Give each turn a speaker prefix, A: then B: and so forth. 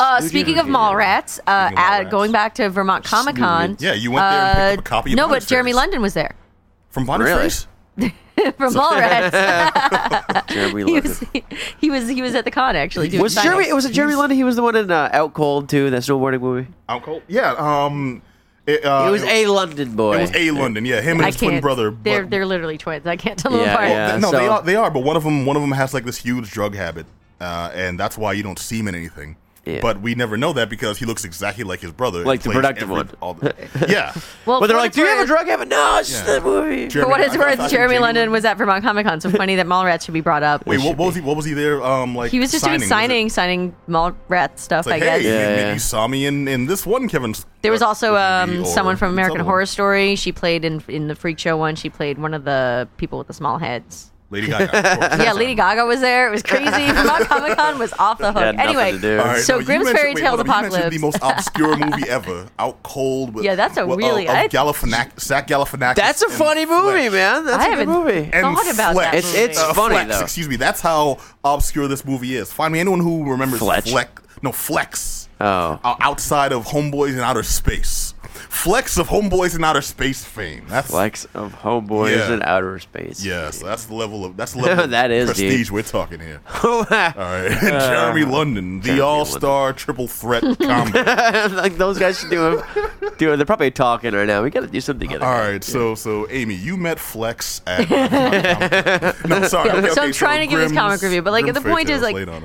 A: Uh, speaking of mall rats, uh,
B: Speaking of mall
A: at-
B: rats.
A: going back to Vermont Comic Con.
B: Yeah, you went there and picked up a copy of
A: Uh, No, but
B: Bonnier's
A: Jeremy
B: Face.
A: London was there
B: From Bonnie
C: Really?
B: Fraser.
A: from mall rats.
C: Jeremy
A: he,
C: London.
A: was, he was he was at the con actually. Doing
C: Was
A: signings.
C: Jeremy? Was it Jeremy London? He was the one in uh, Out Cold too. That snowboarding movie.
B: Out cold. Yeah. Um. It, uh,
C: It was a London boy.
B: It was a London. Yeah, him and
A: I
B: his twin
A: can't.
B: brother.
A: they're
B: but-
A: they're literally twins. I can't tell them
C: Yeah,
A: apart.
C: yeah.
B: no, they
C: so-
B: are. They are. But one of them, one of them has like this huge drug habit, uh, and that's why you don't see him in anything.
C: Yeah.
B: But we never know that because he looks exactly like his brother. and
C: Like the
B: plays
C: productive one.
B: all the- yeah.
A: Well,
C: But they're
A: for
C: like,
A: what
C: "Do you have a
A: it's worth-
C: drug habit?" No, it's just
B: Yeah.
C: that movie.
B: Jeremy-
A: For what it's
B: I- I
A: worth,
B: thought he-
A: Jeremy London was at Vermont Comic Con, so funny that mall rats should be brought up.
B: Wait, what, what was he? What was he there? Um, like
A: He was just doing signing,
B: signing. was
A: signing mall rat stuff.
B: it- Like,
A: I guess.
B: hey,
C: Yeah,
B: you,
C: yeah.
B: you saw me in, in this one, Kevin. uh,
A: There was also um, someone from American
B: Horror
A: Horror Story. She played in in the Freak Show one. She played one of the people with the small heads.
B: Lady Gaga. of course.
A: Yeah, Lady Gaga was there. It was crazy. Vermont Comic Con was off the hook.
C: Had nothing
A: Anyway,
C: to do.
B: All right,
A: so
B: no, you
A: Grimm's
B: mentioned-
A: Fairy
B: wait,
A: Tales
B: hold on, you mentioned
A: Apocalypse.
B: the most obscure movie ever, Out Cold. With,
A: Yeah, that's a
B: with- uh,
A: really-
B: of,
A: I-
B: of Galifianak- Zach Galifianakis.
C: That's a
B: and
C: funny movie,
B: Fletch.
C: man. That's
A: I
C: a good
A: haven't
C: movie.
B: And
A: thought about that.
B: Fleck.
A: Movie.
C: It's- it's
B: Uh,
C: funny,
B: Flex,
C: though.
B: Excuse me. That's how obscure this movie is. Find me anyone who remembers
C: Fletch.
B: Fleck. No, Flex.
C: Oh.
B: O- outside of Homeboys in Outer Space. Flex of Homeboys in Outer Space fame. That's
C: Flex of homeboys
B: Yeah.
C: in outer space.
B: Yeah, so that's the level of that's the level of
C: That is, dude.
B: prestige we're talking here. All
C: like
B: right, Jeremy London, the
C: Jeremy
B: all-star triple threat combo.
C: those guys should do it. Dude, they're probably talking right now. We gotta do something together.
B: All right, so so Amy, you met Flex at no, sorry. okay,
A: so I'm
B: okay,
A: trying to give this
B: Grimm's-
A: comic review, but like
B: Grimm's
A: the point
B: Fairy
A: is
B: Tales
A: like
B: laid on